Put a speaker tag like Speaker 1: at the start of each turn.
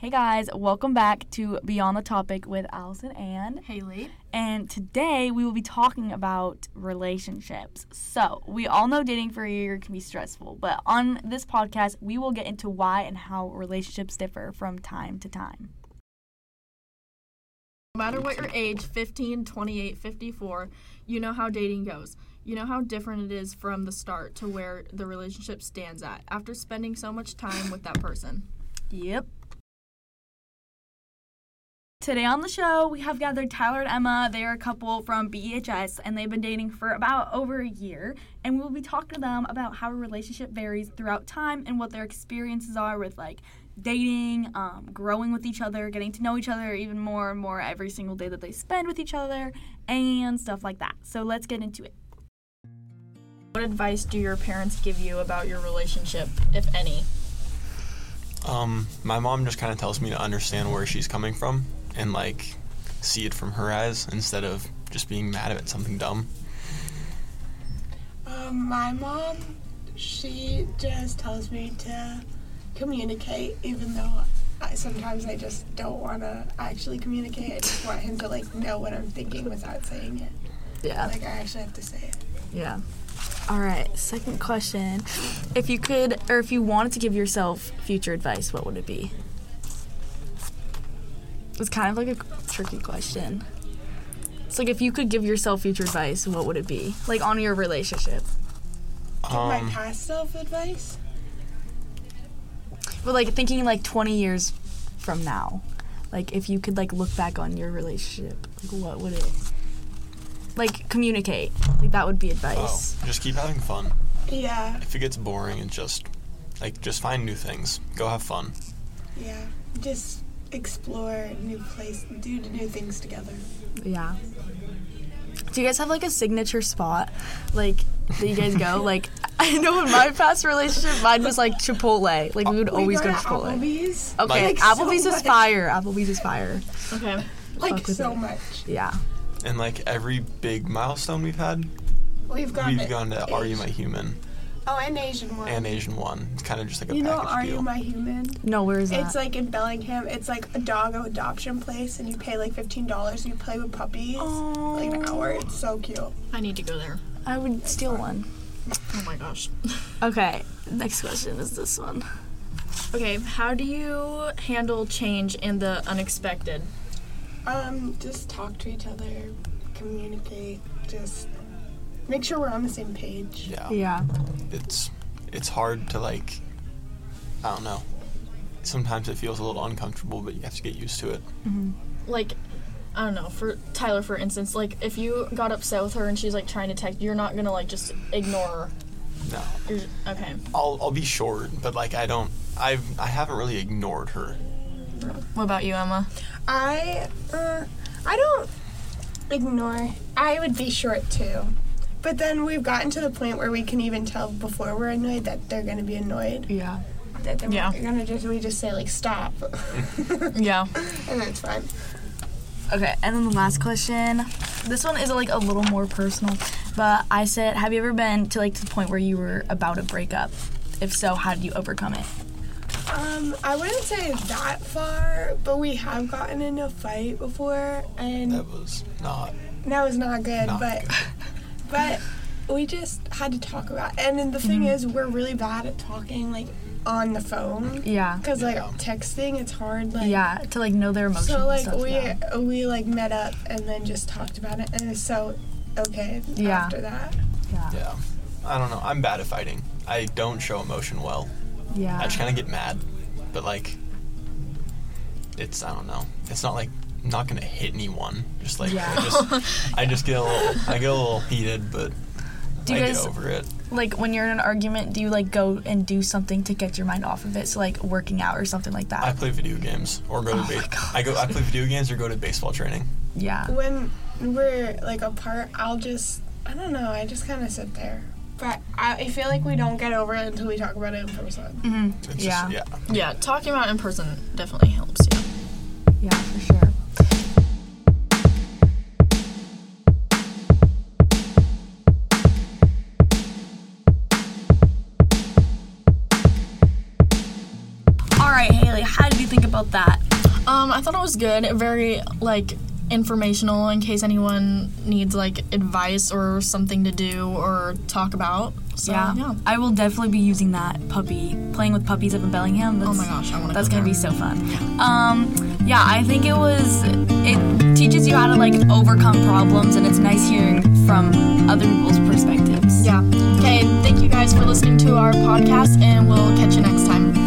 Speaker 1: Hey guys, welcome back to Beyond the Topic with Allison and
Speaker 2: Haley.
Speaker 1: and today we will be talking about relationships. So, we all know dating for a year can be stressful, but on this podcast, we will get into why and how relationships differ from time to time.
Speaker 2: No matter what your age 15, 28, 54 you know how dating goes. You know how different it is from the start to where the relationship stands at after spending so much time with that person.
Speaker 1: Yep. Today on the show, we have gathered Tyler and Emma. They are a couple from BHS and they've been dating for about over a year. And we'll be talking to them about how a relationship varies throughout time and what their experiences are with like dating, um, growing with each other, getting to know each other even more and more every single day that they spend with each other, and stuff like that. So let's get into it.
Speaker 2: What advice do your parents give you about your relationship, if any?
Speaker 3: Um, my mom just kind of tells me to understand where she's coming from and like see it from her eyes instead of just being mad at something dumb.
Speaker 4: Um, my mom, she just tells me to communicate, even though I, sometimes I just don't want to actually communicate. I just want him to like know what I'm thinking without saying it.
Speaker 5: Yeah,
Speaker 4: Like I actually have to say it.
Speaker 5: yeah. All right, second question. If you could, or if you wanted to give yourself future advice, what would it be? It's kind of like a tricky question. It's like if you could give yourself future advice, what would it be? Like on your relationship.
Speaker 4: Give my
Speaker 3: Um,
Speaker 4: past self advice.
Speaker 5: But like thinking like 20 years from now. Like if you could like look back on your relationship, like what would it like communicate? Like that would be
Speaker 3: oh,
Speaker 5: advice.
Speaker 3: just keep having fun.
Speaker 4: Yeah,
Speaker 3: If it gets boring, it's just like just find new things. Go have fun.
Speaker 4: yeah. Just explore new place, do new things together.
Speaker 5: Yeah. Do you guys have like a signature spot, like that you guys go? like I know in my past relationship, mine was like Chipotle. Like Oh, we would always
Speaker 4: we
Speaker 5: go, Oh,
Speaker 4: go,
Speaker 5: to
Speaker 4: to
Speaker 5: Chipotle.
Speaker 4: Applebee's.
Speaker 5: Okay,
Speaker 3: Like,
Speaker 4: so
Speaker 5: Applebee's is
Speaker 4: much.
Speaker 5: fire. Applebee's is fire.
Speaker 2: Okay.
Speaker 4: Like
Speaker 5: Fuck with
Speaker 4: so
Speaker 5: it.
Speaker 4: much.
Speaker 5: Yeah.
Speaker 3: And like every big milestone we've had,
Speaker 4: We've gone.
Speaker 3: we've
Speaker 4: to
Speaker 3: gone to Are You My
Speaker 4: Asian-
Speaker 3: Human
Speaker 4: Oh, and Asian one.
Speaker 3: and Asian One. It's kind of just like a
Speaker 4: you know,
Speaker 3: package
Speaker 4: Are
Speaker 3: deal.
Speaker 4: You My Human?
Speaker 5: No, where is that?
Speaker 4: It's like in Bellingham. It's like a dog adoption place, and you pay like fifteen dollars. and You play with puppies for like an hour. It's so cute.
Speaker 2: I need to go there.
Speaker 5: I would steal one.
Speaker 2: Oh my gosh.
Speaker 5: Okay. Next question is this one.
Speaker 2: Okay, how do you handle change and the unexpected?
Speaker 4: Um, just talk to each other, communicate, just make sure we're on the same page.
Speaker 3: yeah.
Speaker 5: Yeah.
Speaker 3: it's it's hard to like I don't know. Sometimes it feels a little uncomfortable, but you have to get used to it.
Speaker 2: like I don't know, for Tyler for instance, like if you got upset with her and she's like trying to text, you're not gonna like just ignore her.
Speaker 3: No,
Speaker 2: You're just, okay.
Speaker 3: I'll I'll be short, but like I don't I've I haven't really ignored her.
Speaker 2: What about you, Emma?
Speaker 4: I uh, I don't ignore. I would be short too. But then we've gotten to the point where we can even tell before we're annoyed that they're gonna be annoyed.
Speaker 5: Yeah.
Speaker 4: That they're
Speaker 2: Yeah.
Speaker 4: we're gonna just we just say like stop,
Speaker 2: Yeah.
Speaker 4: and that's fine.
Speaker 5: Okay, and then the last question. This one is like a little more personal, but I said, have you ever been to like to the point where you were about to break up? If so, how did you overcome it?
Speaker 4: Um, I wouldn't say that far, but we have gotten in a fight before, and
Speaker 3: That was not
Speaker 4: that was not good.
Speaker 3: not
Speaker 4: but
Speaker 3: good.
Speaker 4: but we just had to talk about. It. And then the
Speaker 3: Mm-hmm.
Speaker 4: thing is, we're really bad at talking like on the phone
Speaker 5: Yeah.
Speaker 4: because like
Speaker 3: Yeah.
Speaker 4: texting, it's hard. Like
Speaker 5: Yeah, to like know their emotions.
Speaker 4: So
Speaker 5: and
Speaker 4: like
Speaker 5: stuff,
Speaker 4: we
Speaker 5: yeah.
Speaker 4: we like met up and then just talked about it, and it was so okay
Speaker 5: Yeah.
Speaker 4: after that.
Speaker 3: Yeah. I don't know. I'm bad at fighting. I don't show emotion well.
Speaker 5: yeah,
Speaker 3: I just kind of get mad, but like it's I don't know. It's not like I'm not gonna hit anyone. Just like
Speaker 5: Yeah.
Speaker 3: I just I just get a little I get a little heated, but
Speaker 5: Do
Speaker 3: I
Speaker 5: you guys-
Speaker 3: get over it.
Speaker 5: like when you're in an argument, do you like go and do something to get your mind off of it? So like working out or something like that.
Speaker 3: I play video games or go to
Speaker 5: Oh my
Speaker 3: ba-
Speaker 5: God.
Speaker 3: I go I play video games or go to baseball training.
Speaker 5: yeah,
Speaker 4: when we're like apart, I'll just I don't know. I just kind of sit there. But I, I feel like we don't get over it until we talk about it in person.
Speaker 3: It's
Speaker 5: Yeah.
Speaker 3: just yeah.
Speaker 2: Yeah, talking about it in person definitely helps, yeah.
Speaker 5: yeah, for sure. All right, Haley. how did you think about that?
Speaker 2: Um, I thought it was good. Very like informational in case anyone needs like advice or something to do or talk about. So, yeah.
Speaker 5: I will definitely be using that puppy, playing with puppies up in Bellingham. That's,
Speaker 2: Oh my gosh, I want to.
Speaker 5: That's gonna be so fun. Um, yeah, I think it was. It teaches you how to like overcome problems, and it's nice hearing from other people's perspectives.
Speaker 2: Yeah. Okay. Thank you guys for listening to our podcast, and we'll catch you next time.